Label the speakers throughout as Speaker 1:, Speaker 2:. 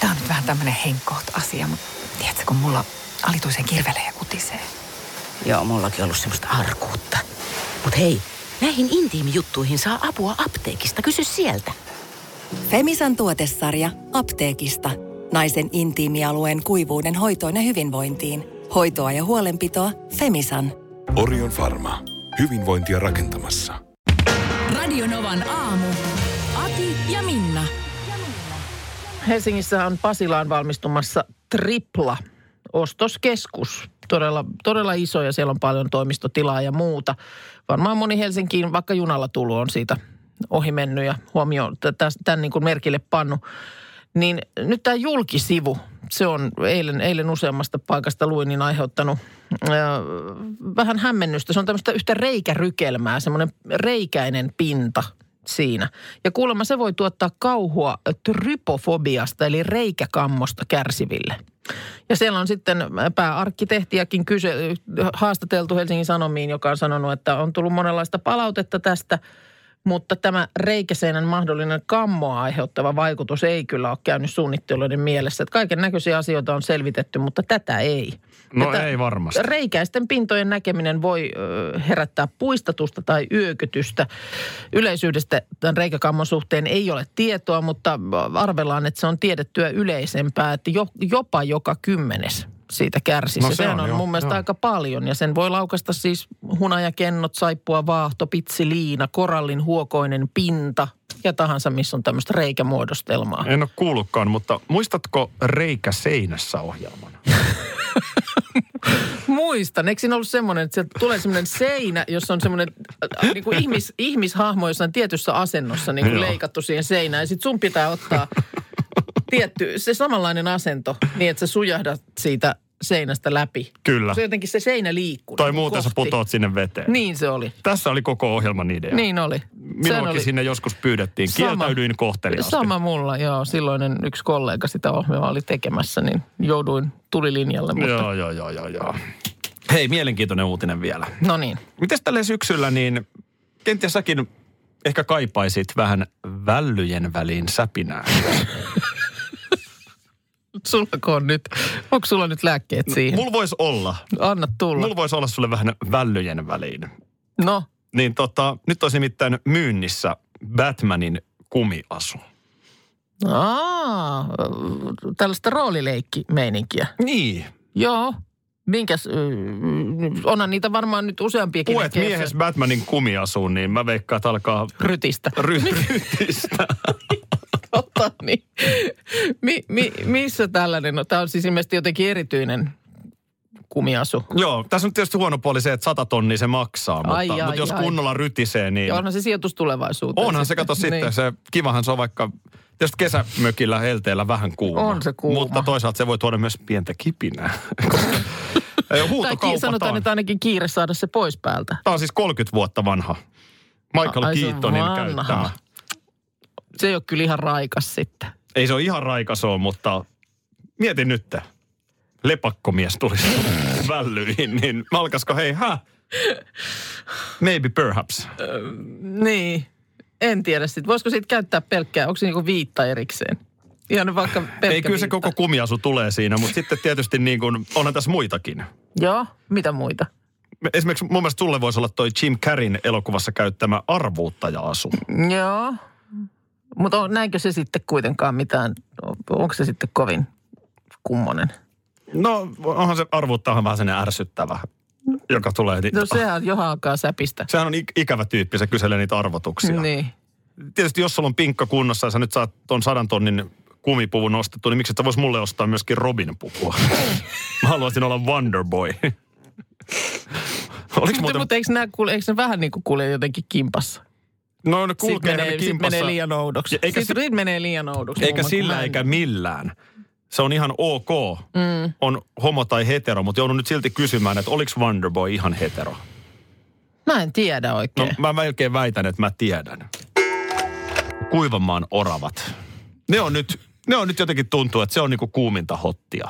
Speaker 1: Tämä on nyt vähän tämmöinen henkkoht asia, mutta tiedätkö, kun mulla alituisen kirvelee ja kutisee.
Speaker 2: Joo, mullakin ollut semmoista arkuutta. Mut hei, näihin intiimijuttuihin saa apua apteekista. Kysy sieltä.
Speaker 3: Femisan tuotesarja apteekista. Naisen intiimialueen kuivuuden hoitoon ja hyvinvointiin. Hoitoa ja huolenpitoa Femisan.
Speaker 4: Orion Pharma. Hyvinvointia rakentamassa.
Speaker 5: Radionovan aamu. Ati ja Minna.
Speaker 6: Helsingissä on Pasilaan valmistumassa tripla ostoskeskus. Todella, todella iso ja siellä on paljon toimistotilaa ja muuta. Varmaan moni Helsinkiin vaikka junalla tullut on siitä ohi mennyt ja huomioon tämän niin kuin merkille pannut. Niin nyt tämä julkisivu, se on eilen, eilen useammasta paikasta luin, niin aiheuttanut ö, vähän hämmennystä. Se on tämmöistä yhtä reikärykelmää, semmoinen reikäinen pinta siinä. Ja kuulemma se voi tuottaa kauhua trypofobiasta eli reikäkammosta kärsiville. Ja siellä on sitten äh, pääarkkitehtiäkin kyse, haastateltu Helsingin Sanomiin, joka on sanonut, että on tullut monenlaista palautetta tästä – mutta tämä reikäseinän mahdollinen kammoa aiheuttava vaikutus ei kyllä ole käynyt suunnittelijoiden mielessä. Kaiken näköisiä asioita on selvitetty, mutta tätä ei.
Speaker 7: No
Speaker 6: Että
Speaker 7: ei varmasti.
Speaker 6: Reikäisten pintojen näkeminen voi ö, herättää puistatusta tai yökytystä. Yleisyydestä tämän reikäkammon suhteen ei ole tietoa, mutta arvellaan, että se on tiedettyä yleisempää, että jo, jopa joka kymmenes siitä kärsisi.
Speaker 7: No
Speaker 6: Ja
Speaker 7: se
Speaker 6: Sehän
Speaker 7: on,
Speaker 6: on,
Speaker 7: joo,
Speaker 6: mun mielestä
Speaker 7: joo.
Speaker 6: aika aika paljon ja sen voi laukasta siis hunajakennot, saippua, vaahto, pitsiliina, korallin huokoinen pinta ja tahansa, missä on tämmöistä reikämuodostelmaa.
Speaker 7: En ole kuullutkaan, mutta muistatko Reikä seinässä ohjelman?
Speaker 6: Muistan, eikö siinä ollut semmoinen, että sieltä tulee semmoinen seinä, jossa on semmoinen äh, niin kuin ihmis, ihmishahmo jossain tietyssä asennossa niin kuin
Speaker 7: Joo.
Speaker 6: leikattu siihen seinään. Ja sit sun pitää ottaa tietty, se samanlainen asento niin, että sä sujahdat siitä seinästä läpi.
Speaker 7: Kyllä.
Speaker 6: Se jotenkin se seinä liikkuu.
Speaker 7: Tai
Speaker 6: niin kuin
Speaker 7: muuten sä
Speaker 6: kohti.
Speaker 7: putoat sinne veteen.
Speaker 6: Niin se oli.
Speaker 7: Tässä oli koko ohjelman idea.
Speaker 6: Niin oli. Sen
Speaker 7: Minuakin
Speaker 6: oli-
Speaker 7: sinne joskus pyydettiin.
Speaker 6: Sama.
Speaker 7: Kieltäydyin kohteliaasti.
Speaker 6: Sama mulla, joo. Silloinen yksi kollega sitä ohjelmaa oli tekemässä, niin jouduin tulilinjalle. Mutta...
Speaker 7: Joo, joo, joo, joo, joo. Hei, mielenkiintoinen uutinen vielä.
Speaker 6: No niin.
Speaker 7: Mites tälle syksyllä, niin kenties säkin ehkä kaipaisit vähän vällyjen väliin säpinää.
Speaker 6: Sullako on nyt, onko sulla nyt lääkkeet siihen?
Speaker 7: Mulla voisi olla.
Speaker 6: Anna tulla.
Speaker 7: Niin. Mulla voisi olla sulle vähän vällyjen väliin.
Speaker 6: No,
Speaker 7: Niin tota, nyt on nimittäin myynnissä Batmanin kumiasu.
Speaker 6: Aa, tällaista roolileikkimeininkiä.
Speaker 7: Niin.
Speaker 6: Joo. Minkäs, ö, onhan niitä varmaan nyt useampiakin.
Speaker 7: Puet
Speaker 6: näkee,
Speaker 7: miehes
Speaker 6: se
Speaker 7: Batmanin kumiasuun, niin mä veikkaan, että alkaa
Speaker 6: Rytistä.
Speaker 7: ryhtistä.
Speaker 6: Totta, niin. Mi, mi, missä tällainen? No, tämä on siis ilmeisesti jotenkin erityinen kumiasu.
Speaker 7: Joo, tässä on tietysti huono puoli se, että sata tonnia se maksaa, mutta,
Speaker 6: Ai, ai,
Speaker 7: mutta jos
Speaker 6: ai.
Speaker 7: kunnolla rytisee, niin...
Speaker 6: Ja onhan se sijoitus tulevaisuuteen.
Speaker 7: Onhan se, kato sitten,
Speaker 6: Niin.
Speaker 7: se kivahan se on vaikka, tietysti kesämökillä helteellä vähän kuuma.
Speaker 6: On se kuuma.
Speaker 7: Mutta toisaalta se voi tuoda myös pientä kipinää, koska ei,
Speaker 6: Tai ki- sanotaan,
Speaker 7: huutokaupataan.
Speaker 6: että ainakin kiire saada se pois päältä.
Speaker 7: Tämä on siis 30 vuotta vanha. Michael
Speaker 6: Ai, se on
Speaker 7: Keatonin
Speaker 6: vanha.
Speaker 7: käyttää.
Speaker 6: Se ei ole kyllä ihan raikas sitten.
Speaker 7: Ei se ole ihan raikas ole, mutta mieti nyt. Lepakkomies tulisi vällyihin, niin alkaisiko hei, hä? Maybe perhaps.
Speaker 6: Niin. En tiedä sitten. Voisiko siitä käyttää pelkkää, onko se niinku viitta erikseen? Ihan vaikka pelkkä
Speaker 7: Ei, kyllä se
Speaker 6: viitta.
Speaker 7: koko kumiasu tulee siinä, mutta sitten tietysti niin kuin, onhan tässä muitakin.
Speaker 6: Joo, mitä muita?
Speaker 7: Esimerkiksi mun mielestä sulle voisi olla toi Jim Carreyn elokuvassa käyttämä arvuuttaja-asu.
Speaker 6: Joo. Mutta on, näinkö se sitten kuitenkaan mitään, onko se sitten kovin kummonen?
Speaker 7: No onhan se arvuuttajahan vähän sen ärsyttävä, joka tulee. niin-
Speaker 6: No sehän johon alkaa säpistä.
Speaker 7: Sehän on ik- ikävä tyyppi, se kyselee niitä arvotuksia.
Speaker 6: Niin.
Speaker 7: Tietysti jos sulla on pinkka kunnossa ja sä nyt saat ton sadan tonnin kumipuvun ostettu, niin miksi et sä vois mulle ostaa myöskin Robin pukua? Mä haluaisin olla Wonderboy. Oliko
Speaker 6: Mutta,
Speaker 7: muuten...
Speaker 6: mutta eikö, nämä, kuule, eikö ne vähän niin kuin kulje jotenkin kimpassa?
Speaker 7: No ne
Speaker 6: Sitten
Speaker 7: kulkee ne
Speaker 6: menee, sit
Speaker 7: kimpassa.
Speaker 6: menee liian oudoksi.
Speaker 7: Ja eikä
Speaker 6: Eikä, sit, sit menee liian oudoksi.
Speaker 7: Eikä
Speaker 6: Mulla, kun mä
Speaker 7: sillä
Speaker 6: en-
Speaker 7: eikä millään. Se on ihan ok, mm. on homo tai hetero, mutta joudun nyt silti kysymään, että oliko Wonderboy ihan hetero?
Speaker 6: Mä en tiedä
Speaker 7: No
Speaker 6: oikein. No,
Speaker 7: mä melkein väitän, että mä tiedän. Kuivamaan oravat. Ne on nyt, ne on nyt jotenkin tuntuu, että se on niinku kuuminta hottia.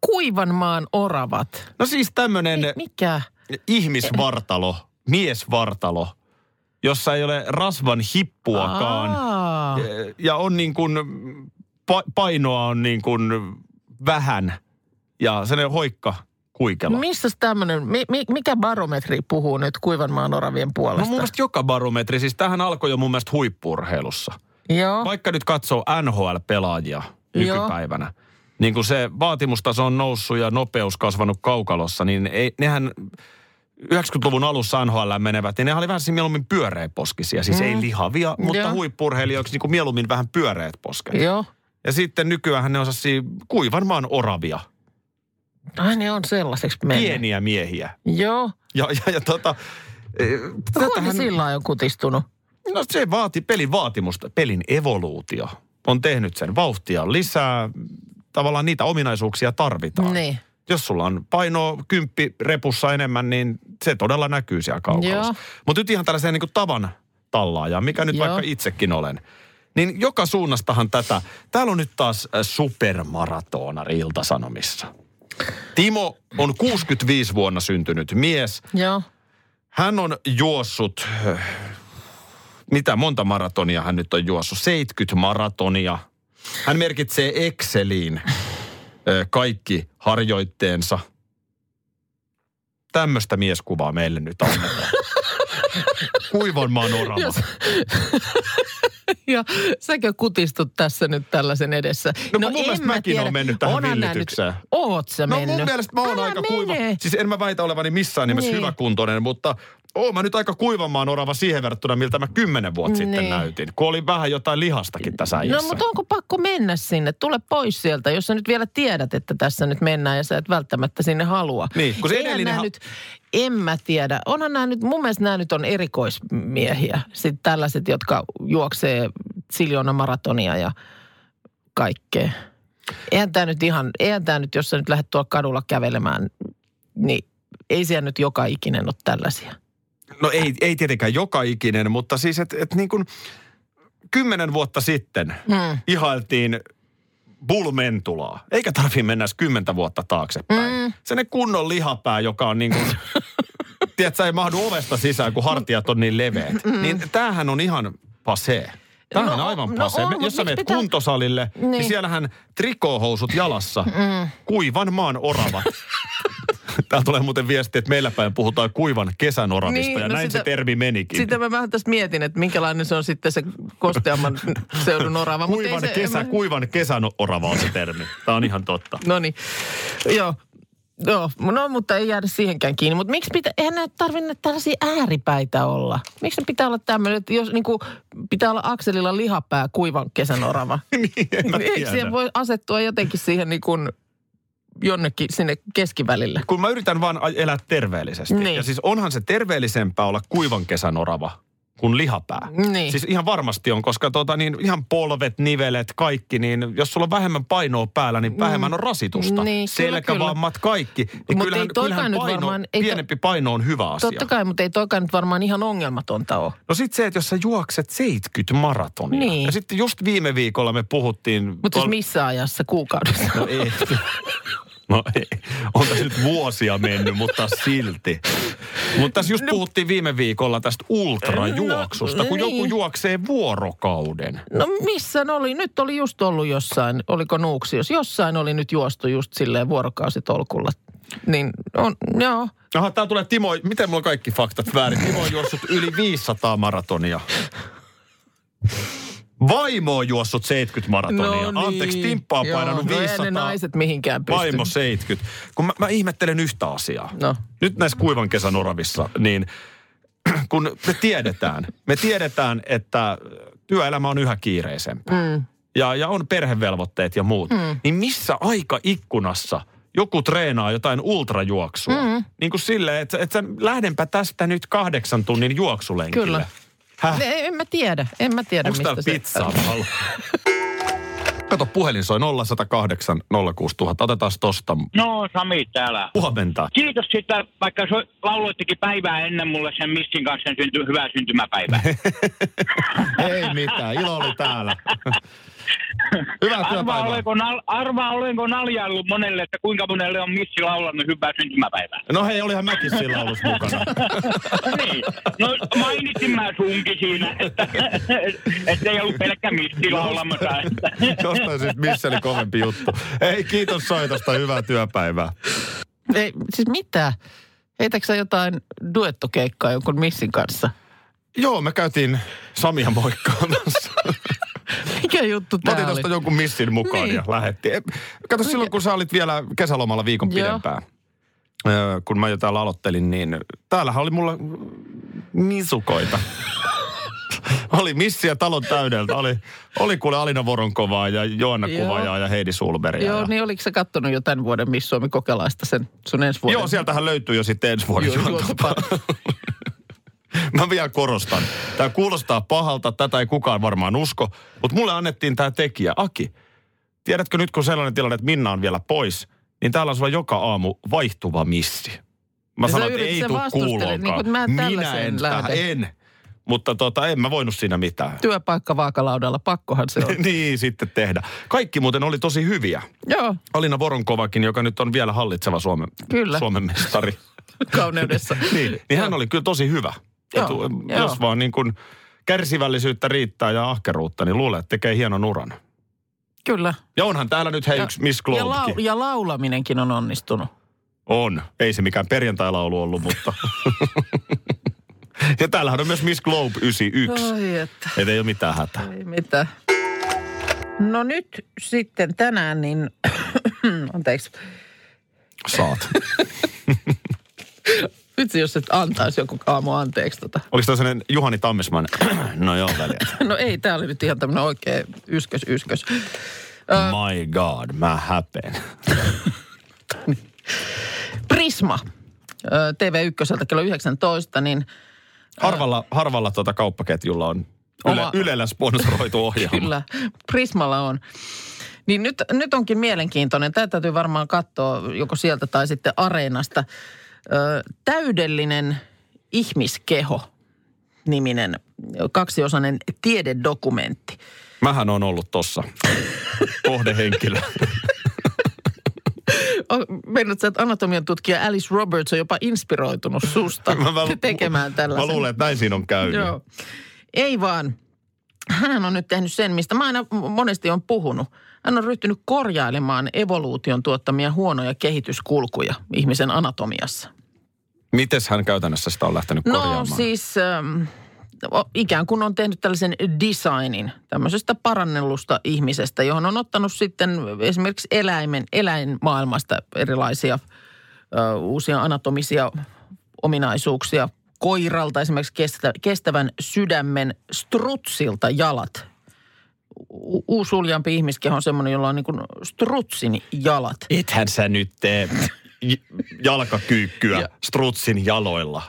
Speaker 6: Kuivanmaan oravat.
Speaker 7: No siis tämmönen
Speaker 6: Mikä?
Speaker 7: ihmisvartalo, miesvartalo, jossa ei ole rasvan hippuakaan.
Speaker 6: Aa,
Speaker 7: ja on niin kuin pa- painoa on niin kuin vähän ja sellainen hoikka kuikela.
Speaker 6: Missä tämmöinen, mi, mi, mikä barometri puhuu nyt kuivanmaan oravien
Speaker 7: No
Speaker 6: puolesta?
Speaker 7: mun mielestä joka barometri, siis tähän alkoi jo mun mielestä huippurheilussa.
Speaker 6: Joo,
Speaker 7: Vaikka nyt katsoo NHL-pelaajia
Speaker 6: Joo.
Speaker 7: nykypäivänä, niin kun se vaatimustaso on noussut ja nopeus kasvanut kaukalossa, niin ei, nehän 90-luvun alussa NHL menevät, niin nehän oli vähän siinä mieluummin pyöreäposkisia. Siis mm. ei lihavia, mutta
Speaker 6: Joo.
Speaker 7: huippurheilijoiksi niin kuin mieluummin vähän pyöreät posket.
Speaker 6: joo.
Speaker 7: Ja sitten nykyään ne on sellaisia kuivan maan oravia,
Speaker 6: Ai ne on sellaiseksi mennyt.
Speaker 7: pieniä miehiä.
Speaker 6: Joo.
Speaker 7: Ja, ja, ja tota, e,
Speaker 6: Kuinka Tätähän... sillä on jo kutistunut?
Speaker 7: No se vaati pelin vaatimusta, pelin evoluutio on tehnyt sen. Vauhtia on lisää, tavallaan niitä ominaisuuksia tarvitaan.
Speaker 6: Niin.
Speaker 7: Jos sulla on painoa kymppi repussa enemmän, niin se todella näkyy siellä kaukalossa.
Speaker 6: Joo.
Speaker 7: Mutta nyt ihan tällaiseen niin tavan tallaajaan, mikä nyt
Speaker 6: Joo.
Speaker 7: vaikka itsekin olen. Niin joka suunnastahan tätä. Täällä on nyt taas äh, supermaratonari Ilta-Sanomissa. Timo on 65 vuonna syntynyt mies.
Speaker 6: Joo.
Speaker 7: Hän on juossut, äh, mitä monta maratonia hän nyt on juossut? 70 maratonia. Hän merkitsee Exceliin ö, kaikki harjoitteensa. Tämmöistä mieskuvaa meille nyt annetaan. No, Kuivan maan orava.
Speaker 6: Ja säkö kutistut tässä nyt tällaisen edessä?
Speaker 7: No kun mun mielestä
Speaker 6: en mä
Speaker 7: mäkin oon mennyt tähän villitykseen.
Speaker 6: Nää nyt, oot sä
Speaker 7: No
Speaker 6: mennyt.
Speaker 7: mun mielestä mä oon
Speaker 6: Älä
Speaker 7: aika kuiva.
Speaker 6: mene.
Speaker 7: Siis en mä väitä olevani missään nimessä
Speaker 6: Niin.
Speaker 7: niin. hyväkuntoinen, mutta oon mä nyt aika kuivan maan orava siihen verrattuna, miltä mä kymmenen vuotta sitten
Speaker 6: Niin.
Speaker 7: näytin. Kun oli vähän jotain lihastakin tässä
Speaker 6: No
Speaker 7: äijässä.
Speaker 6: mutta onko pakko mennä sinne? Tule pois sieltä, jos sä nyt vielä tiedät, että tässä nyt mennään ja sä et välttämättä sinne halua.
Speaker 7: Niin, kun se
Speaker 6: Eihän
Speaker 7: edellinen
Speaker 6: nää
Speaker 7: ha-
Speaker 6: nyt, en mä tiedä. Onhan nämä nyt, mun mielestä nämä nyt on erikoismiehiä. Sitten tällaiset, jotka juoksee siljona maratonia ja kaikkea. Eihän tämä nyt ihan, eihän tämä nyt, jos sä nyt lähdet tuolla kadulla kävelemään, niin ei siellä nyt joka ikinen ole tällaisia.
Speaker 7: No ei, ei tietenkään joka ikinen, mutta siis että et niin kuin kymmenen vuotta sitten
Speaker 6: Mm.
Speaker 7: ihailtiin bulmentulaa. Eikä tarvi mennä edes kymmentä vuotta taaksepäin. Mm. Sellainen kunnon lihapää, joka on niin kuin, tiedätkö, ei mahdu ovesta sisään, kun hartiat on niin leveät. Mm. Niin tämähän on ihan pasee. Tämähän
Speaker 6: No,
Speaker 7: on aivan
Speaker 6: no
Speaker 7: pasee.
Speaker 6: on,
Speaker 7: Me-
Speaker 6: mut
Speaker 7: Jos sä
Speaker 6: miksi
Speaker 7: menet
Speaker 6: pitää-
Speaker 7: kuntosalille, niin. niin
Speaker 6: Niin.
Speaker 7: siellähän trikoohousut jalassa, mm. kuivan maan orava. Täällä tulee muuten viesti, että meillä päin puhutaan kuivan kesän oravista
Speaker 6: Niin,
Speaker 7: ja
Speaker 6: no
Speaker 7: näin
Speaker 6: sitä-
Speaker 7: se termi menikin.
Speaker 6: Sitä mä vähän tässä mietin, että minkälainen se on sitten se kosteamman seudun orava. mut ei
Speaker 7: Kuivan,
Speaker 6: se,
Speaker 7: kesä, kuivan kesän orava on se termi. Tämä on ihan totta.
Speaker 6: No niin, joo. Joo, no mutta ei jäädä siihenkään kiinni. Mutta miksi pitää, eihän näitä tarvinne tällaisia ääripäitä olla. Miksi ne pitää olla tämmöinen, että jos niin kuin, pitää olla akselilla lihapää kuivan kesän orava.
Speaker 7: niin, en mä
Speaker 6: Eikö
Speaker 7: tiedä.
Speaker 6: siihen voi asettua jotenkin siihen niin kuin jonnekin sinne keskivälille?
Speaker 7: Kun mä yritän vaan a- elää terveellisesti.
Speaker 6: Niin.
Speaker 7: Ja siis onhan se terveellisempää olla kuivan kesän orava kuin lihapää.
Speaker 6: Niin.
Speaker 7: Siis ihan varmasti on, koska tota, niin ihan polvet, nivelet, kaikki, niin jos sulla on vähemmän painoa päällä, niin vähemmän on rasitusta.
Speaker 6: Niin, kyllä,
Speaker 7: Selkävammat, kaikki. Niin
Speaker 6: Mut
Speaker 7: kyllähän,
Speaker 6: ei toikaan
Speaker 7: kyllähän
Speaker 6: nyt
Speaker 7: paino,
Speaker 6: varmaan- ei to-
Speaker 7: pienempi paino on hyvä asia.
Speaker 6: Totta kai, mutta ei toikaan nyt varmaan ihan ongelmatonta ole.
Speaker 7: No sit se, että jos sä juokset 70 maratonia.
Speaker 6: Niin.
Speaker 7: Ja sitten just viime viikolla me puhuttiin...
Speaker 6: Mutta siis
Speaker 7: tuolla-
Speaker 6: missä ajassa, kuukaudessa?
Speaker 7: No ei. No ei. On tässä nyt vuosia mennyt, mutta silti. Mutta tässä
Speaker 6: No.
Speaker 7: just puhuttiin viime viikolla tästä ultrajuoksusta, kun joku
Speaker 6: niin.
Speaker 7: juoksee vuorokauden.
Speaker 6: No missä ne oli? Nyt oli just ollut jossain, oliko Nuuksios? Jossain oli nyt juostu just silleen vuorokausitolkulla. Niin on, joo.
Speaker 7: Aha, tää tulee Timo, miten mulla on kaikki faktat väärin? Timo on juossut yli 500 maratonia. Vaimo on juossut 70 maratonia.
Speaker 6: No niin.
Speaker 7: Anteeksi, Timppa on
Speaker 6: Joo,
Speaker 7: painanut
Speaker 6: no eihän
Speaker 7: 500.
Speaker 6: ne naiset mihinkään pysty.
Speaker 7: Vaimo 70. Kun mä, mä ihmettelen yhtä asiaa.
Speaker 6: No.
Speaker 7: Nyt näissä kuivan kesän oravissa, niin kun me tiedetään, me tiedetään, että työelämä on yhä kiireisempää. Mm. Ja, ja on perhevelvoitteet ja muut. Mm. Niin missä aikaikkunassa joku treenaa jotain ultrajuoksua? Mm. Niin kuin silleen, että, että lähdenpä tästä nyt kahdeksan tunnin juoksulenkille.
Speaker 6: Kyllä.
Speaker 7: Häh?
Speaker 6: Ne, en mä tiedä, en mä tiedä
Speaker 7: Onko täällä
Speaker 6: mistä se...
Speaker 7: pizzaa? Mä haluan. Kato, puhelin soi 0108 06000. Otetaan tosta.
Speaker 8: No Sami täällä.
Speaker 7: Huomenta.
Speaker 8: Kiitos siitä, vaikka so, lauloittekin päivää ennen mulle sen Missin kanssa sen synty, hyvää syntymäpäivää.
Speaker 7: Ei mitään, ilo oli täällä. Hyvää
Speaker 8: Arvaa
Speaker 7: työpäivää.
Speaker 8: olenko, nal, arvaa olenko naljaillut monelle, että kuinka monelle on missi laulanut hyvää syntymäpäivää.
Speaker 7: No hei, olihan mäkin siinä laulussa mukana.
Speaker 8: niin. No mainitsin mä sunkin siinä, että, että ei ollut pelkkä missi laulamassa. Että.
Speaker 7: Jostain siis missä oli kovempi juttu. Ei, kiitos soitosta. Hyvää työpäivää.
Speaker 6: Ei, siis mitä? Heitäkö sä jotain duettokeikkaa jonkun missin kanssa?
Speaker 7: Joo, me käytiin Samia moikkaamassa.
Speaker 6: Mikä juttu
Speaker 7: Mä
Speaker 6: tää
Speaker 7: otin
Speaker 6: oli?
Speaker 7: tuosta jonkun missin mukaan
Speaker 6: Niin.
Speaker 7: niin. ja lähettiin. E, Kato silloin, kun sä olit vielä kesälomalla viikon
Speaker 6: Joo.
Speaker 7: pidempään. Öö, kun mä jo täällä aloittelin, niin täällähän oli mulla misukoita. oli missiä talon täydeltä. Oli, oli kuule Alina Voronkovaa ja Joanna
Speaker 6: Joo.
Speaker 7: Kuvajaa ja Heidi Sulberia.
Speaker 6: Joo,
Speaker 7: ja...
Speaker 6: niin oliko sä kattonut jo tämän vuoden Miss Suomi kokelaista sen sun ensi vuoden?
Speaker 7: Joo, sieltähän löytyy jo sitten ensi vuoden
Speaker 6: Ju-
Speaker 7: juontopalvelu. Mä vielä korostan. Tämä kuulostaa pahalta, tätä ei kukaan varmaan usko, mutta mulle annettiin tämä tekijä, Aki. Tiedätkö nyt, kun sellainen tilanne, että Minna on vielä pois, niin täällä on sulla joka aamu vaihtuva missi. Mä
Speaker 6: Ja sä
Speaker 7: sanoin, että
Speaker 6: yritit,
Speaker 7: ei
Speaker 6: sä
Speaker 7: tuu
Speaker 6: vastustelit,
Speaker 7: kuuloonkaan.
Speaker 6: niin kun mä en
Speaker 7: Minä
Speaker 6: tällaiseen
Speaker 7: en,
Speaker 6: lähde.
Speaker 7: tähän, en. Mutta tota, en mä voinut siinä mitään.
Speaker 6: Työpaikka vaakalaudalla, pakkohan se on.
Speaker 7: niin, sitten tehdä. Kaikki muuten oli tosi hyviä.
Speaker 6: Joo,
Speaker 7: Alina Voronkovakin, joka nyt on vielä hallitseva Suomen,
Speaker 6: Kyllä.
Speaker 7: Suomen mestari.
Speaker 6: kauneudessa.
Speaker 7: niin, niin hän oli kyllä tosi hyvä.
Speaker 6: Joo,
Speaker 7: Etu,
Speaker 6: joo.
Speaker 7: jos vaan niin kuin kärsivällisyyttä riittää ja ahkeruutta, niin luulen, että tekee hienon uran.
Speaker 6: Kyllä.
Speaker 7: Ja onhan täällä nyt hei
Speaker 6: Ja-
Speaker 7: yksi Miss
Speaker 6: Ja, lau-
Speaker 7: Globekin.
Speaker 6: ja laulaminenkin on onnistunut.
Speaker 7: On. Ei se mikään perjantailaulu ollut, mutta... ja täällähän on myös Miss Globe 91.
Speaker 6: Ai että,
Speaker 7: Et ei ole mitään hätää.
Speaker 6: ei mitään. No nyt sitten tänään, niin anteeksi,
Speaker 7: Saat.
Speaker 6: vitsi jos et antaisi joku aamu anteeksi tota.
Speaker 7: Oliko tämä sellainen Juhani Tammisman? no joo, veljet.
Speaker 6: No ei, tää oli nyt ihan tämmönen oikee yskös, yskös.
Speaker 7: My God, mä häpeen.
Speaker 6: Prisma, ö, TV1 kello 19, niin
Speaker 7: Harvalla, harvalla tuota kauppaketjulla on yle,
Speaker 6: Oma-
Speaker 7: Ylellä sponsoroitu ohjelma.
Speaker 6: Kyllä, Prismalla on. Niin nyt, nyt onkin mielenkiintoinen. Tämä täytyy varmaan katsoa joko sieltä tai sitten Areenasta. Ö, täydellinen ihmiskeho niminen kaksiosainen tiededokumentti.
Speaker 7: Mähän on ollut tossa kohdehenkilö.
Speaker 6: Mennät sä, että anatomian tutkija Alice Roberts on jopa inspiroitunut susta tekemään tällaisen.
Speaker 7: Mä luulen, että näin siinä on käynyt.
Speaker 6: Joo. Ei vaan. Hän on nyt tehnyt sen, mistä mä aina monesti on puhunut. Hän on ryhtynyt korjailemaan evoluution tuottamia huonoja kehityskulkuja ihmisen anatomiassa.
Speaker 7: Mites hän käytännössä sitä on lähtenyt
Speaker 6: No
Speaker 7: korjaamaan?
Speaker 6: siis ähm, o- ikään kuin on tehnyt tällaisen designin tämmöisestä parannellusta ihmisestä, johon on ottanut sitten esimerkiksi eläimen, eläinmaailmasta erilaisia ö, uusia anatomisia ominaisuuksia. Koiralta esimerkiksi kestä, kestävän sydämen strutsilta jalat. U- uusuljampi ihmiskeho on semmoinen, jolla on niin kuin strutsin jalat.
Speaker 7: Ethän sä nyt tee j- jalkakyykkyä
Speaker 6: Ja-
Speaker 7: strutsin jaloilla.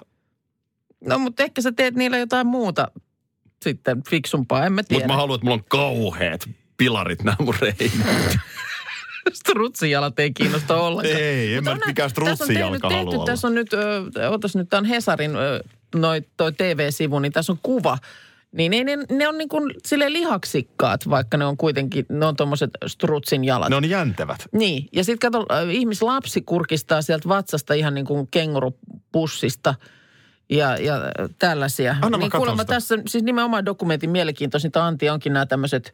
Speaker 6: No mutta ehkä sä teet niillä jotain muuta sitten fiksumpaa, en mä tiedä.
Speaker 7: Mutta mä haluan, että mulla on kauheet pilarit nämä mun reinat.
Speaker 6: strutsijalat ei kiinnosta ollenkaan.
Speaker 7: Ei, en
Speaker 6: Mut
Speaker 7: mä
Speaker 6: on
Speaker 7: nyt
Speaker 6: nä-
Speaker 7: mikään
Speaker 6: tässä on
Speaker 7: strutsijalka
Speaker 6: tehnyt-
Speaker 7: halua
Speaker 6: tehty,
Speaker 7: olla.
Speaker 6: Tässä on nyt, ö, otas nyt, tämä on Hesarin ö, noi, toi TV-sivu, niin tässä on kuva. Niin ei, ne, ne on niin kuin sille lihaksikkaat, vaikka ne on kuitenkin, ne on tuommoiset strutsin jalat.
Speaker 7: Ne
Speaker 6: No.
Speaker 7: on jäntevät.
Speaker 6: Niin, ja sitten kato, ö, ihmislapsi kurkistaa sieltä vatsasta ihan niin kuin kengurupussista ja, ja ö, tällaisia.
Speaker 7: Anna mä
Speaker 6: niin
Speaker 7: katson
Speaker 6: kuulemma
Speaker 7: sitä.
Speaker 6: tässä, siis nimenomaan dokumentin mielenkiintoisinta Antti onkin nämä tämmöiset –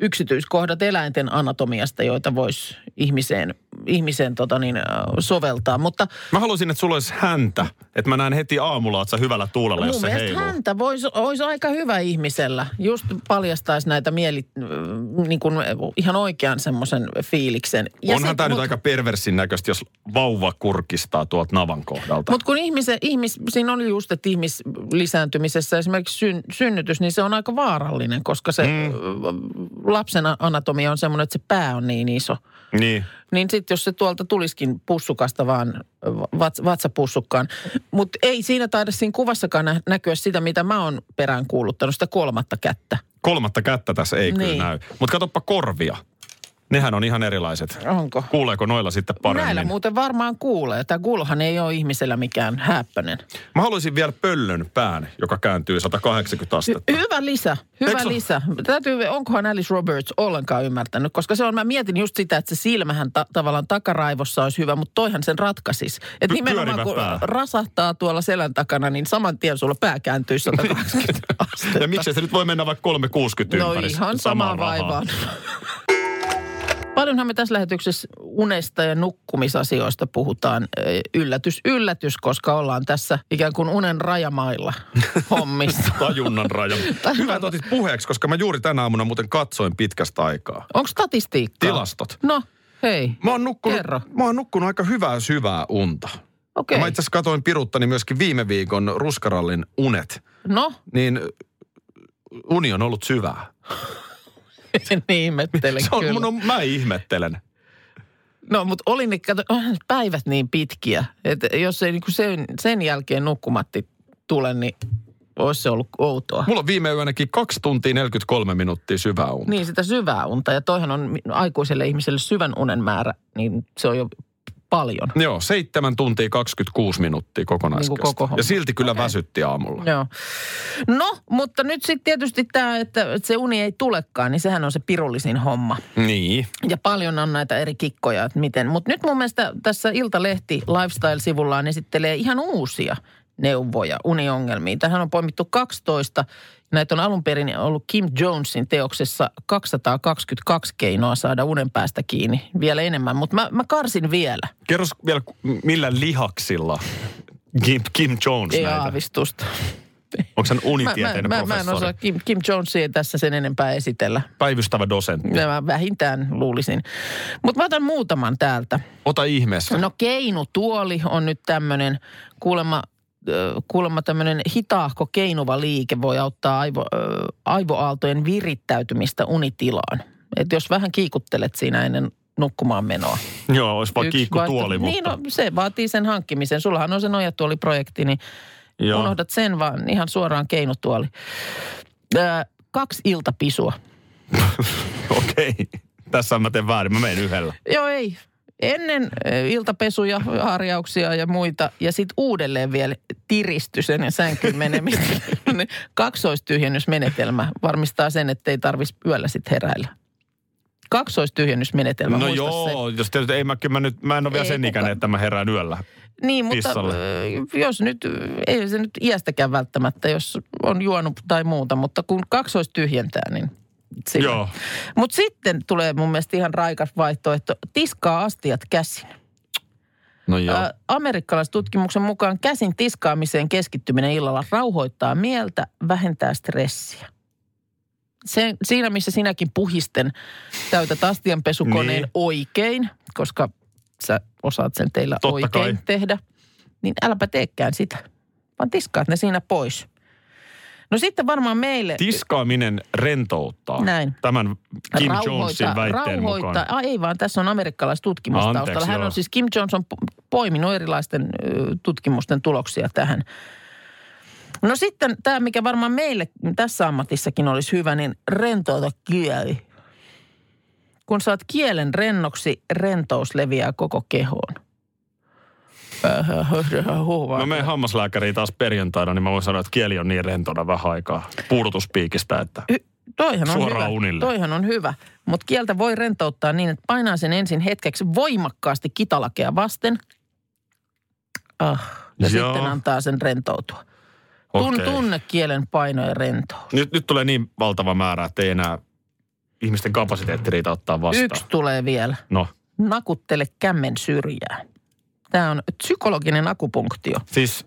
Speaker 6: yksityiskohdat eläinten anatomiasta, joita voisi ihmiseen, ihmiseen tota niin, äh, soveltaa. Mutta
Speaker 7: Mä haluaisin, että sulla olisi häntä. Että mä näen heti aamulla, että sä hyvällä tuulella,
Speaker 6: No mun
Speaker 7: jos se
Speaker 6: mielestä
Speaker 7: heiluu.
Speaker 6: häntä voisi, olisi aika hyvä ihmisellä. Just paljastaisi näitä mieli, äh, niin kuin äh, ihan oikean semmoisen fiiliksen.
Speaker 7: Onhan tämä nyt aika perversin näköistä, jos vauva kurkistaa tuolta navan kohdalta.
Speaker 6: Mutta kun ihmisen, ihmis, siinä oli just, että ihmislisääntymisessä esimerkiksi syn, synnytys, niin se on aika vaarallinen, koska se mm. lapsen anatomia on semmoinen, että se pää on niin iso.
Speaker 7: niin.
Speaker 6: Niin sitten jos se tuolta tulisikin pussukasta vaan va- vats, vatsapussukkaan. Mutta ei siinä taida siinä kuvassakaan nä- näkyä sitä, mitä mä oon peräänkuuluttanut, sitä kolmatta kättä.
Speaker 7: Kolmatta kättä tässä ei niin.
Speaker 6: Niin.
Speaker 7: kyllä näy. Mutta katoppa korvia. Nehän on ihan erilaiset.
Speaker 6: Onko?
Speaker 7: Kuuleeko noilla sitten paremmin?
Speaker 6: Näillä muuten varmaan kuulee. Tämä kuulhan ei ole ihmisellä mikään häppönen.
Speaker 7: Mä haluaisin vielä pöllön pään, joka kääntyy 180 astetta.
Speaker 6: Hy- hyvä lisä, hyvä
Speaker 7: Eikö se-
Speaker 6: lisä. Täytyy, onkohan Alice Roberts ollenkaan ymmärtänyt, koska se on, mä mietin just sitä, että se silmähän ta- tavallaan takaraivossa olisi hyvä, mutta toihan sen ratkaisis. Että
Speaker 7: Py-
Speaker 6: nimenomaan
Speaker 7: pyörivä
Speaker 6: kun
Speaker 7: pää.
Speaker 6: rasahtaa tuolla selän takana, niin saman tien sulla pää kääntyy 180 astetta.
Speaker 7: ja miksei se nyt voi mennä vaikka 360
Speaker 6: No
Speaker 7: ympäri?
Speaker 6: ihan
Speaker 7: Samaa
Speaker 6: samaa
Speaker 7: rahaa.
Speaker 6: vaivaan. Paljonhan me tässä lähetyksessä unesta ja nukkumisasioista puhutaan. Ö, Yllätys, yllätys, koska ollaan tässä ikään kuin unen rajamailla hommissa.
Speaker 7: Tajunnan raja. Hyvä, että otit puheeksi, koska mä juuri tänä aamuna muuten katsoin pitkästä aikaa.
Speaker 6: Onko statistiikkaa?
Speaker 7: Tilastot.
Speaker 6: No, hei.
Speaker 7: Mä oon nukkunut,
Speaker 6: Kerro.
Speaker 7: mä oon nukkunut aika hyvää syvää unta.
Speaker 6: Okei.
Speaker 7: Ja Mä itse asiassa katsoin piruttani myöskin viime viikon ruskarallin unet.
Speaker 6: No,
Speaker 7: Niin uni on ollut syvää.
Speaker 6: sen Niin ihmettelen
Speaker 7: Se on,
Speaker 6: kyllä.
Speaker 7: mun on, mä ihmettelen.
Speaker 6: No, mutta oli ne, kato, onhan päivät niin pitkiä, että jos ei niinku sen, sen jälkeen nukkumatti tule, niin olisi se ollut outoa.
Speaker 7: Mulla on viime yönäkin 2 tuntia 43 minuuttia syvää unta.
Speaker 6: Niin, sitä syvää unta. Ja toihan on mi- aikuiselle ihmiselle syvän unen määrä, niin se on jo paljon.
Speaker 7: Joo, 7 tuntia 26 minuuttia kokonaiskesto.
Speaker 6: Niin kuin koko homma.
Speaker 7: ja silti kyllä okay. väsytti aamulla.
Speaker 6: Joo. No, mutta nyt sitten tietysti tämä, että, että se uni ei tulekaan, niin sehän on se pirullisin homma.
Speaker 7: Niin.
Speaker 6: Ja paljon on näitä eri kikkoja, että miten. Mutta nyt mun mielestä tässä Iltalehti Lifestyle-sivullaan esittelee ihan uusia neuvoja uniongelmiin. Tähän on poimittu 12. Näitä on alun perin ollut Kim Jonesin teoksessa 222 keinoa saada unen päästä kiinni. Vielä enemmän, mutta mä, mä karsin vielä.
Speaker 7: Kerros vielä, millä lihaksilla Kim, Kim Jones
Speaker 6: Ei
Speaker 7: näitä?
Speaker 6: aavistusta.
Speaker 7: Onko hän
Speaker 6: Mä, mä, mä,
Speaker 7: unitieteinen
Speaker 6: mä en
Speaker 7: professori?
Speaker 6: osaa Kim, Kim Jonesia ei tässä sen enempää esitellä.
Speaker 7: Päivystävä dosentti.
Speaker 6: Mä vähintään luulisin. Mutta mä otan muutaman täältä.
Speaker 7: Ota ihmeessä.
Speaker 6: No keinutuoli on nyt tämmöinen kuulemma, ö, kuulemma tämmöinen hitaahko keinuva liike voi auttaa aivo, ö, aivoaaltojen virittäytymistä unitilaan. Et jos vähän kiikuttelet siinä ennen nukkumaan menoa.
Speaker 7: Joo, olisi vaan
Speaker 6: Yksi
Speaker 7: kiikkutuoli,
Speaker 6: vaihtoehto-
Speaker 7: mutta...
Speaker 6: Niin, no, se vaatii sen hankkimisen. Sullahan on se nojatuoliprojekti, niin
Speaker 7: Joo.
Speaker 6: Joo. unohdat sen vaan ihan suoraan keinutuoli. Ö, kaksi iltapisua.
Speaker 7: Okei. Tässä mä teen väärin, mä menen yhdellä.
Speaker 6: Joo, ei. Ennen eh, iltapesuja, harjauksia ja muita. Ja sitten uudelleen vielä tiristys ennen sänkyyn menemistä. Ne Kaksoistyhjennysmenetelmä varmistaa sen, että ei tarvitsisi yöllä sitten heräillä. Kaksoistyhjennysmenetelmä,
Speaker 7: no
Speaker 6: muista
Speaker 7: joo, jos tietysti, ei mä, kyllä mä, nyt, mä en ole vielä
Speaker 6: Ei
Speaker 7: sen
Speaker 6: kukaan.
Speaker 7: ikäinen, että mä herään yöllä.
Speaker 6: se. Niin, mutta
Speaker 7: pissalle.
Speaker 6: ö, jos nyt, ei se nyt iästäkään välttämättä, jos on juonut tai muuta. Mutta kun kaksoistyhjentää, niin sillä.
Speaker 7: Joo.
Speaker 6: Mutta sitten tulee mun mielestä ihan raikas vaihtoehto. Tiskaa astiat käsin.
Speaker 7: No joo.
Speaker 6: Ä, Amerikkalaistutkimuksen mukaan käsin tiskaamiseen keskittyminen illalla rauhoittaa mieltä, vähentää stressiä. Se, siinä, missä sinäkin puhisten täytät astianpesukoneen
Speaker 7: Niin.
Speaker 6: niin. oikein, koska sä osaat sen teillä
Speaker 7: Totta
Speaker 6: oikein
Speaker 7: kai.
Speaker 6: tehdä, niin äläpä teekään sitä, vaan tiskaat ne siinä pois. No sitten varmaan meille...
Speaker 7: Tiskaaminen rentouttaa.
Speaker 6: Näin.
Speaker 7: Tämän Kim Jonesin
Speaker 6: Rauhoittaa-
Speaker 7: väitteen
Speaker 6: rauhoittaa.
Speaker 7: mukaan.
Speaker 6: Ah, ei vaan, tässä on amerikkalaistutkimus
Speaker 7: Anteeksi,
Speaker 6: taustalla. Hän
Speaker 7: joo.
Speaker 6: on siis, Kim Jones on po- poiminut erilaisten ö, tutkimusten tuloksia tähän. No sitten tämä, mikä varmaan meille tässä ammatissakin olisi hyvä, niin rentouta kieli. Kun saat kielen rennoksi, rentous leviää koko kehoon.
Speaker 7: Mä menen hammaslääkäriin No taas perjantaina, niin mä voin sanoa, että kieli on niin rentona vähän aikaa puudutuspiikistä, että
Speaker 6: Toihan on
Speaker 7: Suoraan
Speaker 6: hyvä.
Speaker 7: unille.
Speaker 6: Toihan on hyvä. Mutta kieltä voi rentouttaa niin, että painaa sen ensin hetkeksi voimakkaasti kitalakea vasten. Ah, ja
Speaker 7: Joo.
Speaker 6: sitten antaa sen rentoutua. Tun,
Speaker 7: okei.
Speaker 6: Tunne kielen paino ja rentous.
Speaker 7: Nyt, nyt tulee niin valtava määrä, että ei enää ihmisten kapasiteetti riitä ottaa vastaan.
Speaker 6: Yksi tulee vielä.
Speaker 7: No,
Speaker 6: Nakuttele kämmen syrjää. Tämä on psykologinen akupunktio.
Speaker 7: siis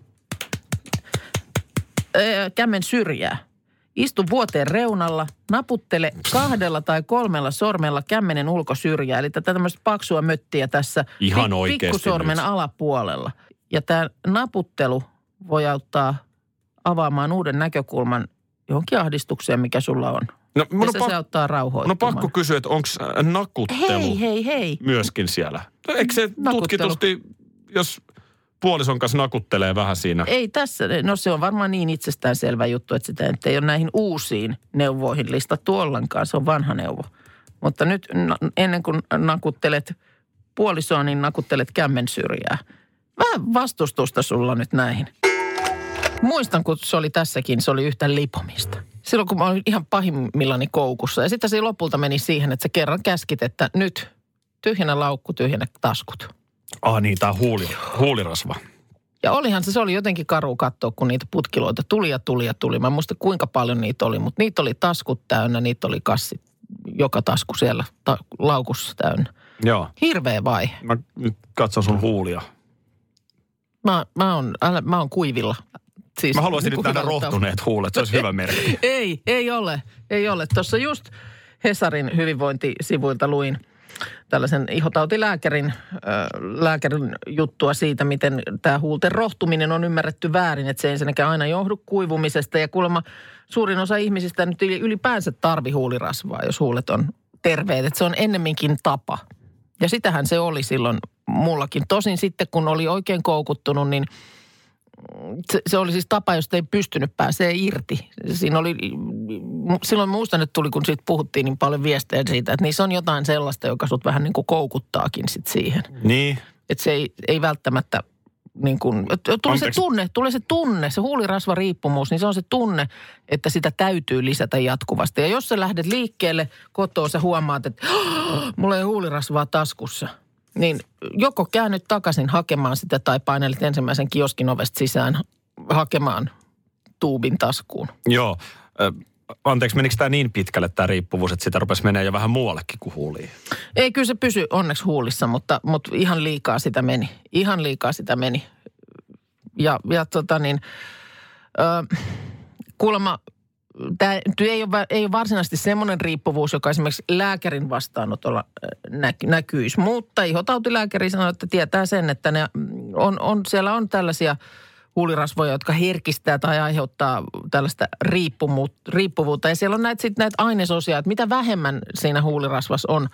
Speaker 6: Öö, kämmen syrjää. Istu vuoteen reunalla, naputtele kahdella tai kolmella sormella kämmenen ulkosyrjää. Eli tätä tämmöistä paksua möttiä tässä
Speaker 7: Ihan
Speaker 6: pik-
Speaker 7: oikeesti
Speaker 6: pikkusormen
Speaker 7: nyt.
Speaker 6: alapuolella. Ja tämä naputtelu voi auttaa avaamaan uuden näkökulman johonkin ahdistukseen, mikä sulla on.
Speaker 7: no, mun
Speaker 6: ja
Speaker 7: on,
Speaker 6: se, se
Speaker 7: pak-
Speaker 6: auttaa
Speaker 7: mun on
Speaker 6: rauhoittumaan.
Speaker 7: pakko kysyä, että äh, onko nakuttelu
Speaker 6: Hei, hei, hei.
Speaker 7: myöskin siellä? No, eikö se
Speaker 6: Nakuttelu.
Speaker 7: tutkitusti, jos puolison kanssa nakuttelee vähän siinä?
Speaker 6: Ei tässä, no se on varmaan niin itsestäänselvä juttu, että sitä nyt ei ole näihin uusiin neuvoihin listattu ollenkaan. Se on vanha neuvo. Mutta nyt na- ennen kuin nakuttelet puolisoa, niin nakuttelet kämmen syrjää. Vähän vastustusta sulla nyt näihin. Muistan, kun se oli tässäkin, se oli yhtä lipomista. Silloin kun mä olin ihan pahimmillani koukussa. Ja sitten se lopulta meni siihen, että sä kerran käskit, että nyt tyhjänä laukku, tyhjänä taskut.
Speaker 7: Ah niin, tää huuli, huulirasva.
Speaker 6: Ja olihan se, se oli jotenkin karu katsoa, kun niitä putkiloita tuli ja tuli ja tuli. Mä en muista kuinka paljon niitä oli, mutta niitä oli taskut täynnä, niitä oli kassit, joka tasku siellä ta- laukussa täynnä.
Speaker 7: Joo.
Speaker 6: Hirveä vaihe.
Speaker 7: Mä nyt katson sun huulia.
Speaker 6: Mä, mä, oon, älä, mä oon kuivilla. Siis,
Speaker 7: Mä haluaisin nyt nähdä
Speaker 6: kuivilta-
Speaker 7: rohtuneet huulet, se olisi hyvä merkki.
Speaker 6: Ei, ei ole, ei ole. Tuossa just Hesarin hyvinvointisivuilta luin tällaisen ihotautilääkärin ö, lääkärin juttua siitä, miten tämä huulten rohtuminen on ymmärretty väärin, että se ensinnäkään aina johdu kuivumisesta ja kuulemma suurin osa ihmisistä nyt yli- ylipäänsä tarvi huulirasvaa, jos huulet on terveet, että se on ennemminkin tapa. Ja sitähän se oli silloin mullakin. Tosin sitten, kun oli oikein koukuttunut, niin se, se oli siis tapa, josta ei pystynyt pääsee irti. Siinä oli, mu- silloin muistan, että tuli kun siitä puhuttiin niin paljon viestejä siitä, että niissä on jotain sellaista, joka sut vähän niin kuin koukuttaakin sit siihen.
Speaker 7: Niin.
Speaker 6: Että se ei, ei välttämättä niin kuin, tulee se
Speaker 7: Anteeksi.
Speaker 6: tunne, tulee se tunne, se huulirasva riippumus, niin se on se tunne, että sitä täytyy lisätä jatkuvasti. Ja jos sä lähdet liikkeelle kotoa, sä huomaat, että "Hah, mulla ei huulirasvaa taskussa. Niin joko käännyt takaisin hakemaan sitä tai painelit ensimmäisen kioskin ovesta sisään hakemaan tuubin taskuun.
Speaker 7: Joo. Ö, Anteeksi, menikö tämä niin pitkälle tämä riippuvuus, että sitä rupesi menee jo vähän muuallekin kuin huuliin?
Speaker 6: Ei, kyllä se pysy onneksi huulissa, mutta, mutta ihan liikaa sitä meni. Ihan liikaa sitä meni. Ja, ja tota niin, ö, kuulemma, tämä ei ole, va- ei ole varsinaisesti semmoinen riippuvuus, joka esimerkiksi lääkärin vastaanotolla ö, nä, näkyisi. Mutta ihotautilääkäri sanoi, että tietää sen, että ne mm, on, on, siellä on tällaisia huulirasvoja, jotka herkistää tai aiheuttaa tällaista riippumu- riippuvuutta. Ja siellä on näitä, sit näitä ainesosia, että mitä vähemmän siinä huulirasvas on,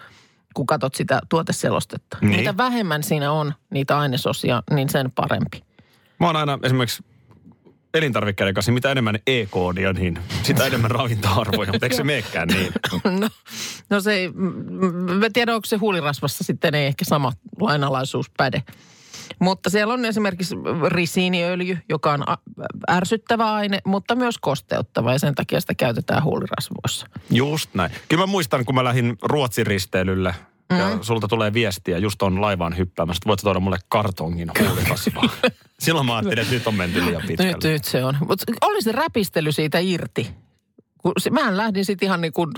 Speaker 6: kun katsot sitä tuoteselostetta.
Speaker 7: Niin.
Speaker 6: Niin. Mitä vähemmän siinä on niitä ainesosia, niin sen parempi.
Speaker 7: Mä oon aina esimerkiksi elintarvikkeiden kanssa, niin mitä enemmän E-koodia, niin sitä enemmän ravinta-arvoja, mutta eikö se meekään niin?
Speaker 6: No, no se ei, m- m- mä tiedän onko se huulirasvassa sitten ei ehkä sama lainalaisuus päde. Mutta siellä on esimerkiksi risiiniöljy, joka on a- ärsyttävä aine, mutta myös kosteuttava ja sen takia sitä käytetään huulirasvoissa.
Speaker 7: Just näin. Kyllä mä muistan, kun mä lähdin Ruotsin risteilylle,
Speaker 6: Mm.
Speaker 7: ja sulta tulee viestiä, just on laivaan hyppäämässä, että voit sä tuoda mulle kartongin huulikasvaa. Silloin mä ajattelin, että nyt on menty liian pitkälle.
Speaker 6: Nyt, nyt se on. Mutta oli se räpistely siitä irti. Kun se, mähän lähdin sitten ihan niin kuin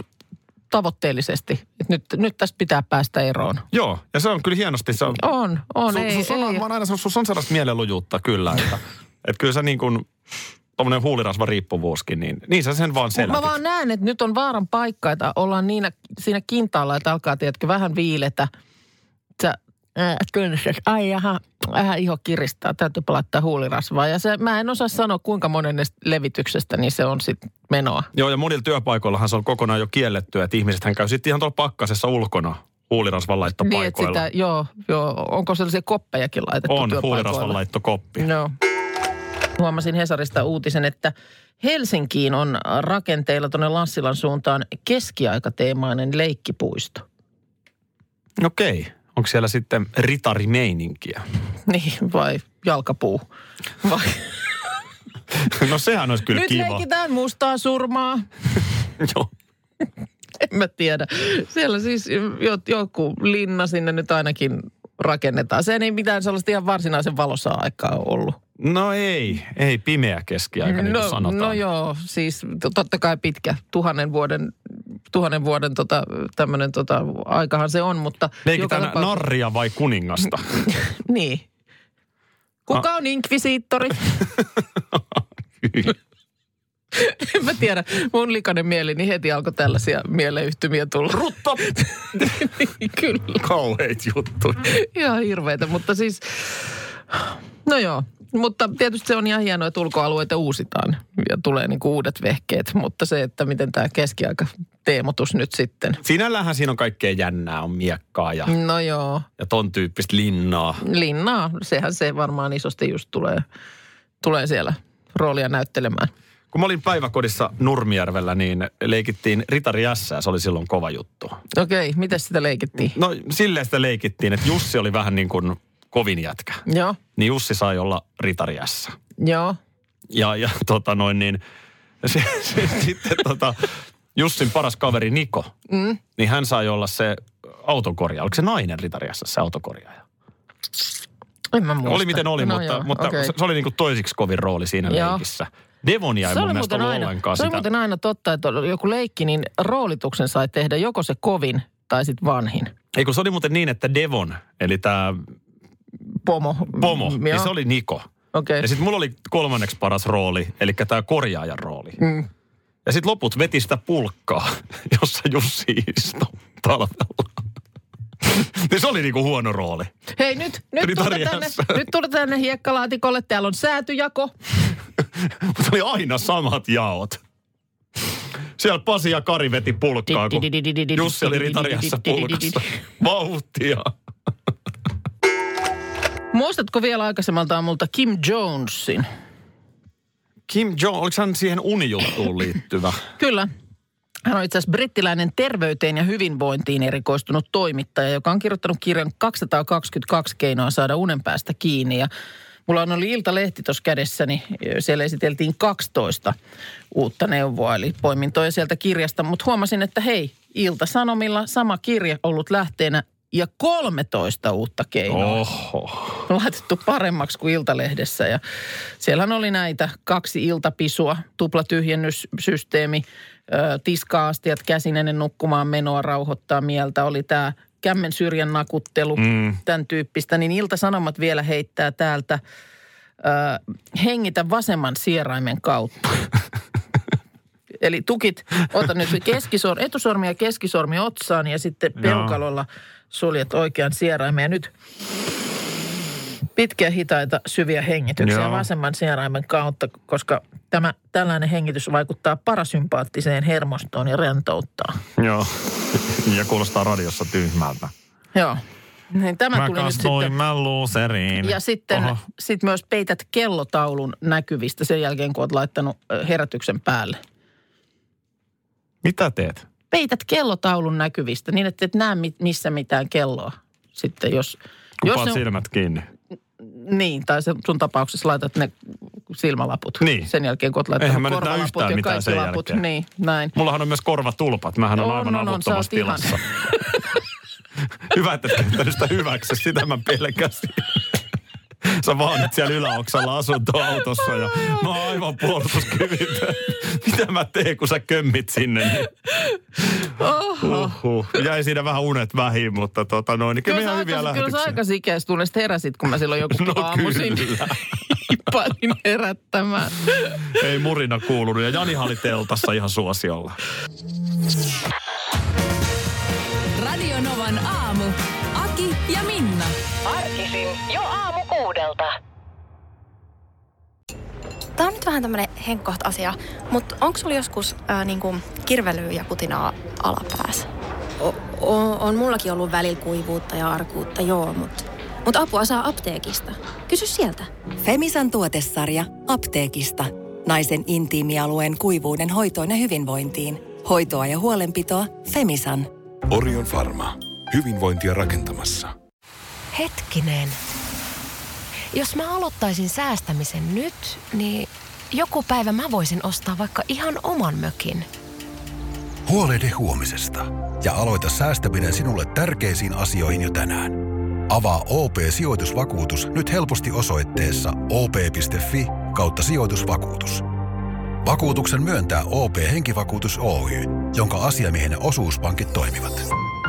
Speaker 6: tavoitteellisesti, että nyt, nyt tästä pitää päästä eroon.
Speaker 7: Joo, ja se on kyllä hienosti. Se on,
Speaker 6: On, on,
Speaker 7: sun,
Speaker 6: ei,
Speaker 7: sun,
Speaker 6: ei.
Speaker 7: sun, on, mä oon aina sanonut, sun on sellaista mielenlujuutta kyllä. Että, että kyllä sä niin kuin, tommonen huulirasva riippuvuuskin, niin, niin sä sen vaan
Speaker 6: Mut
Speaker 7: selätit.
Speaker 6: Mä vaan näen, että nyt on vaaran paikka, että ollaan niinä, siinä kintaalla, että alkaa, tiedätkö, vähän viiletä. Sä äh, kynsät, ai jaha, vähän iho kiristää, täytyy laittaa huulirasvaa. Ja se, mä en osaa sanoa, kuinka monen näistä levityksestä, niin se on sitten menoa.
Speaker 7: Joo, ja monilla työpaikoillahan se on kokonaan jo kiellettyä, että ihmisethän käy sitten ihan tuolla pakkasessa ulkona huulirasvan
Speaker 6: Niin, että
Speaker 7: laittopaikoilla.
Speaker 6: sitä, joo, joo, onko sellaisia koppejakin laitettu
Speaker 7: on huulirasvan
Speaker 6: työpaikoille?
Speaker 7: laittokoppi.
Speaker 6: Joo. Huomasin Hesarista uutisen, että Helsinkiin on rakenteilla tuonne Lanssilan suuntaan keskiaikateemainen leikkipuisto.
Speaker 7: Okei. Onko siellä sitten ritarimeininkiä?
Speaker 6: Niin, vai jalkapuu? Vai?
Speaker 7: No sehän olisi kyllä
Speaker 6: Nyt
Speaker 7: kiva.
Speaker 6: leikitään mustaa surmaa.
Speaker 7: Joo.
Speaker 6: En mä tiedä. Siellä siis jo- joku linna sinne nyt ainakin rakennetaan. Se ei niin mitään sellaista ihan varsinaisen valossa aikaa ollut.
Speaker 7: No ei, ei pimeä keskiaika, niin kuin
Speaker 6: no,
Speaker 7: sanotaan.
Speaker 6: no joo, siis to- totta kai pitkä, tuhannen vuoden, tuhannen vuoden tota, tämmöinen tota, aikahan se on, mutta...
Speaker 7: Leikitään
Speaker 6: joka tapauksessa-
Speaker 7: narria vai kuningasta?
Speaker 6: Niin.
Speaker 7: Ah.
Speaker 6: Kuka on inkvisiittori? en mä tiedä. Mun likainen mieli, niin heti alkoi tällaisia mieleyhtymiä tulla. Rutto! niin, kyllä.
Speaker 7: Kauheit juttu.
Speaker 6: Ihan hirveitä, mutta siis... No joo, mutta tietysti se on ihan hienoa, että ulkoalueita uusitaan ja tulee niinku uudet vehkeet, mutta se, että miten tämä keskiaika teemotus nyt sitten.
Speaker 7: Sinällähän siinä on kaikkea jännää, on miekkaa ja,
Speaker 6: No joo,
Speaker 7: ja ton tyyppistä linnaa.
Speaker 6: linnaa, sehän se varmaan isosti just tulee, tulee siellä roolia näyttelemään.
Speaker 7: kun mä olin päiväkodissa Nurmijärvellä, niin leikittiin Ritari S. Se oli silloin kova juttu.
Speaker 6: Okei, okay, mitä sitä leikittiin?
Speaker 7: No silleen sitä leikittiin, että Jussi oli vähän niin kuin kovin jätkä.
Speaker 6: Joo,
Speaker 7: Niin Jussi sai olla Ritari S.
Speaker 6: joo.
Speaker 7: Ja, ja tota noin niin, se, se, sitten tota, Jussin paras kaveri Niko, mm. niin hän sai olla se autokorjaaja. Oliko se nainen Ritariassa se autokorjaaja?
Speaker 6: En mä muista.
Speaker 7: Oli miten oli,
Speaker 6: no
Speaker 7: no mutta,
Speaker 6: joo,
Speaker 7: joo, mutta
Speaker 6: okei.
Speaker 7: okay. se, se oli niinku toisiksi kovin rooli siinä
Speaker 6: Joo.
Speaker 7: joo. leikissä. Devon jäi
Speaker 6: se
Speaker 7: mun
Speaker 6: oli,
Speaker 7: mielestä
Speaker 6: muuten
Speaker 7: ollut
Speaker 6: aina,
Speaker 7: ollenkaan
Speaker 6: se oli
Speaker 7: sitä.
Speaker 6: muuten aina totta, että oli joku leikki, niin roolituksen sai tehdä joko se kovin tai sitten vanhin
Speaker 7: Ei kun se oli muuten niin, että Devon, eli tämä
Speaker 6: pomo.
Speaker 7: pomo,
Speaker 6: Mm,
Speaker 7: niin
Speaker 6: joo.
Speaker 7: se oli Niko.
Speaker 6: Okei.
Speaker 7: Ja sitten mulla oli kolmanneksi paras rooli, eli tämä korjaajan rooli.
Speaker 6: Mm.
Speaker 7: Ja sitten loput veti sitä pulkkaa, jossa Jussi istui talvella. niin se oli niinku huono rooli.
Speaker 6: Hei nyt, nyt
Speaker 7: Eli
Speaker 6: tule,
Speaker 7: Tarja
Speaker 6: tänne,
Speaker 7: Hässä.
Speaker 6: nyt tule tänne hiekkalaatikolle. Täällä on säätyjako.
Speaker 7: Mutta oli aina samat jaot. Siellä Pasi ja Kari veti pulkkaa, kun Jussi oli ritariassa pulkassa. Vauhtia.
Speaker 6: Muistatko vielä aikaisemmalta aamulta Kim Jonesin?
Speaker 7: Kim Jong, oliko hän siihen unijuttuun liittyvä?
Speaker 6: Kyllä. Hän on itse asiassa brittiläinen terveyteen ja hyvinvointiin erikoistunut toimittaja, joka on kirjoittanut kirjan 222 keinoa saada unen päästä kiinni. Ja mulla on oli iltalehti tuossa kädessäni, niin, siellä esiteltiin 12 uutta neuvoa, eli poimintoja sieltä kirjasta. Mutta huomasin, että hei, Ilta-Sanomilla sama kirja ollut lähteenä ja 13 uutta keinoa
Speaker 7: Oho.
Speaker 6: laitettu paremmaksi kuin Iltalehdessä. Ja siellähän oli näitä kaksi iltapisua, tuplatyhjennyssysteemi, ö, tiska-astiat käsin ennen nukkumaan menoa, rauhoittaa mieltä. Oli tämä kämmen syrjän nakuttelu, mm. tämän tyyppistä. Niin Ilta-Sanomat vielä heittää täältä ö, hengitä vasemman sieraimen kautta. Eli tukit, ota nyt keskisormi, etusormi ja keskisormi otsaan ja sitten peukalolla suljet oikean sieraimen. Ja nyt pitkiä, hitaita, syviä hengityksiä
Speaker 7: Joo.
Speaker 6: vasemman sieraimen kautta, koska tämä tällainen hengitys vaikuttaa parasympaattiseen hermostoon ja rentouttaa.
Speaker 7: Joo. Ja kuulostaa radiossa tyhmältä.
Speaker 6: Joo. Niin tämä tuli nyt sitten.
Speaker 7: mä looseriin.
Speaker 6: Ja sitten sit myös peität kellotaulun näkyvistä sen jälkeen, kun olet laittanut ö, herätyksen päälle.
Speaker 7: Mitä teet?
Speaker 6: Peität kellotaulun näkyvistä niin, että et näe mi- missä mitään kelloa. Sitten jos, jos
Speaker 7: Kupaat silmät kiinni.
Speaker 6: niin, tai se sun tapauksessa laitat ne silmälaput.
Speaker 7: Niin.
Speaker 6: Sen jälkeen, kun olet laittanut
Speaker 7: Eihän mä nyt näe
Speaker 6: korvalaput
Speaker 7: yhtään
Speaker 6: ja
Speaker 7: mitään
Speaker 6: kaikki
Speaker 7: sen
Speaker 6: laput.
Speaker 7: jälkeen.
Speaker 6: Niin, näin.
Speaker 7: Mullahan on myös korvatulpat. Mähän on,
Speaker 6: On,
Speaker 7: aivan
Speaker 6: on, on. Sä
Speaker 7: avuttomassa
Speaker 6: oot ihan-
Speaker 7: tilassa. Hyvä, että et käyttänyt sitä hyväksi. Sitä mä pelkäsin. Sä vaanit siellä yläoksalla asuntoautossa ja mä oon aivan puolustuskyvytön. Mitä mä teen, kun sä kömmit sinne? Niin. Uhuh. Jäi siinä vähän unet vähin, mutta tota noin. Niin kyllä,
Speaker 6: Kyllä
Speaker 7: kyllä
Speaker 6: sä
Speaker 7: hyviä
Speaker 6: aika, kyllä sä
Speaker 7: lähetyksiä.
Speaker 6: aika sikeäs tunnet heräsit, kun mä silloin joku
Speaker 7: No
Speaker 6: aamuisin
Speaker 7: kyllä.
Speaker 6: ipanin herättämään.
Speaker 7: Ei murina kuulunut ja Janihan oli teltassa ihan suosiolla.
Speaker 5: Radio Novan aamu. Aki ja Minna.
Speaker 9: Arkisin jo aamu kuudelta.
Speaker 10: Tämä on nyt vähän tämmöinen henkkoht asia, mutta onko sulla joskus ää, niinku, kirvelyä ja putinaa alapäässä?
Speaker 9: O- o- on mullakin ollut välillä kuivuutta ja arkuutta, joo, mutta mut apua saa apteekista. Kysy sieltä.
Speaker 3: Femisan tuotesarja apteekista. Naisen intiimialueen kuivuuden hoitoon ja hyvinvointiin. Hoitoa ja huolenpitoa Femisan.
Speaker 4: Orion Pharma. Hyvinvointia rakentamassa.
Speaker 11: Hetkinen. Jos mä aloittaisin säästämisen nyt, niin joku päivä mä voisin ostaa vaikka ihan oman mökin.
Speaker 12: Huolehdi huomisesta ja aloita säästäminen sinulle tärkeisiin asioihin jo tänään. Avaa OP-sijoitusvakuutus nyt helposti osoitteessa op.fi kautta sijoitusvakuutus. Vakuutuksen myöntää OP-henkivakuutus Oy, jonka asiamiehen osuuspankit toimivat.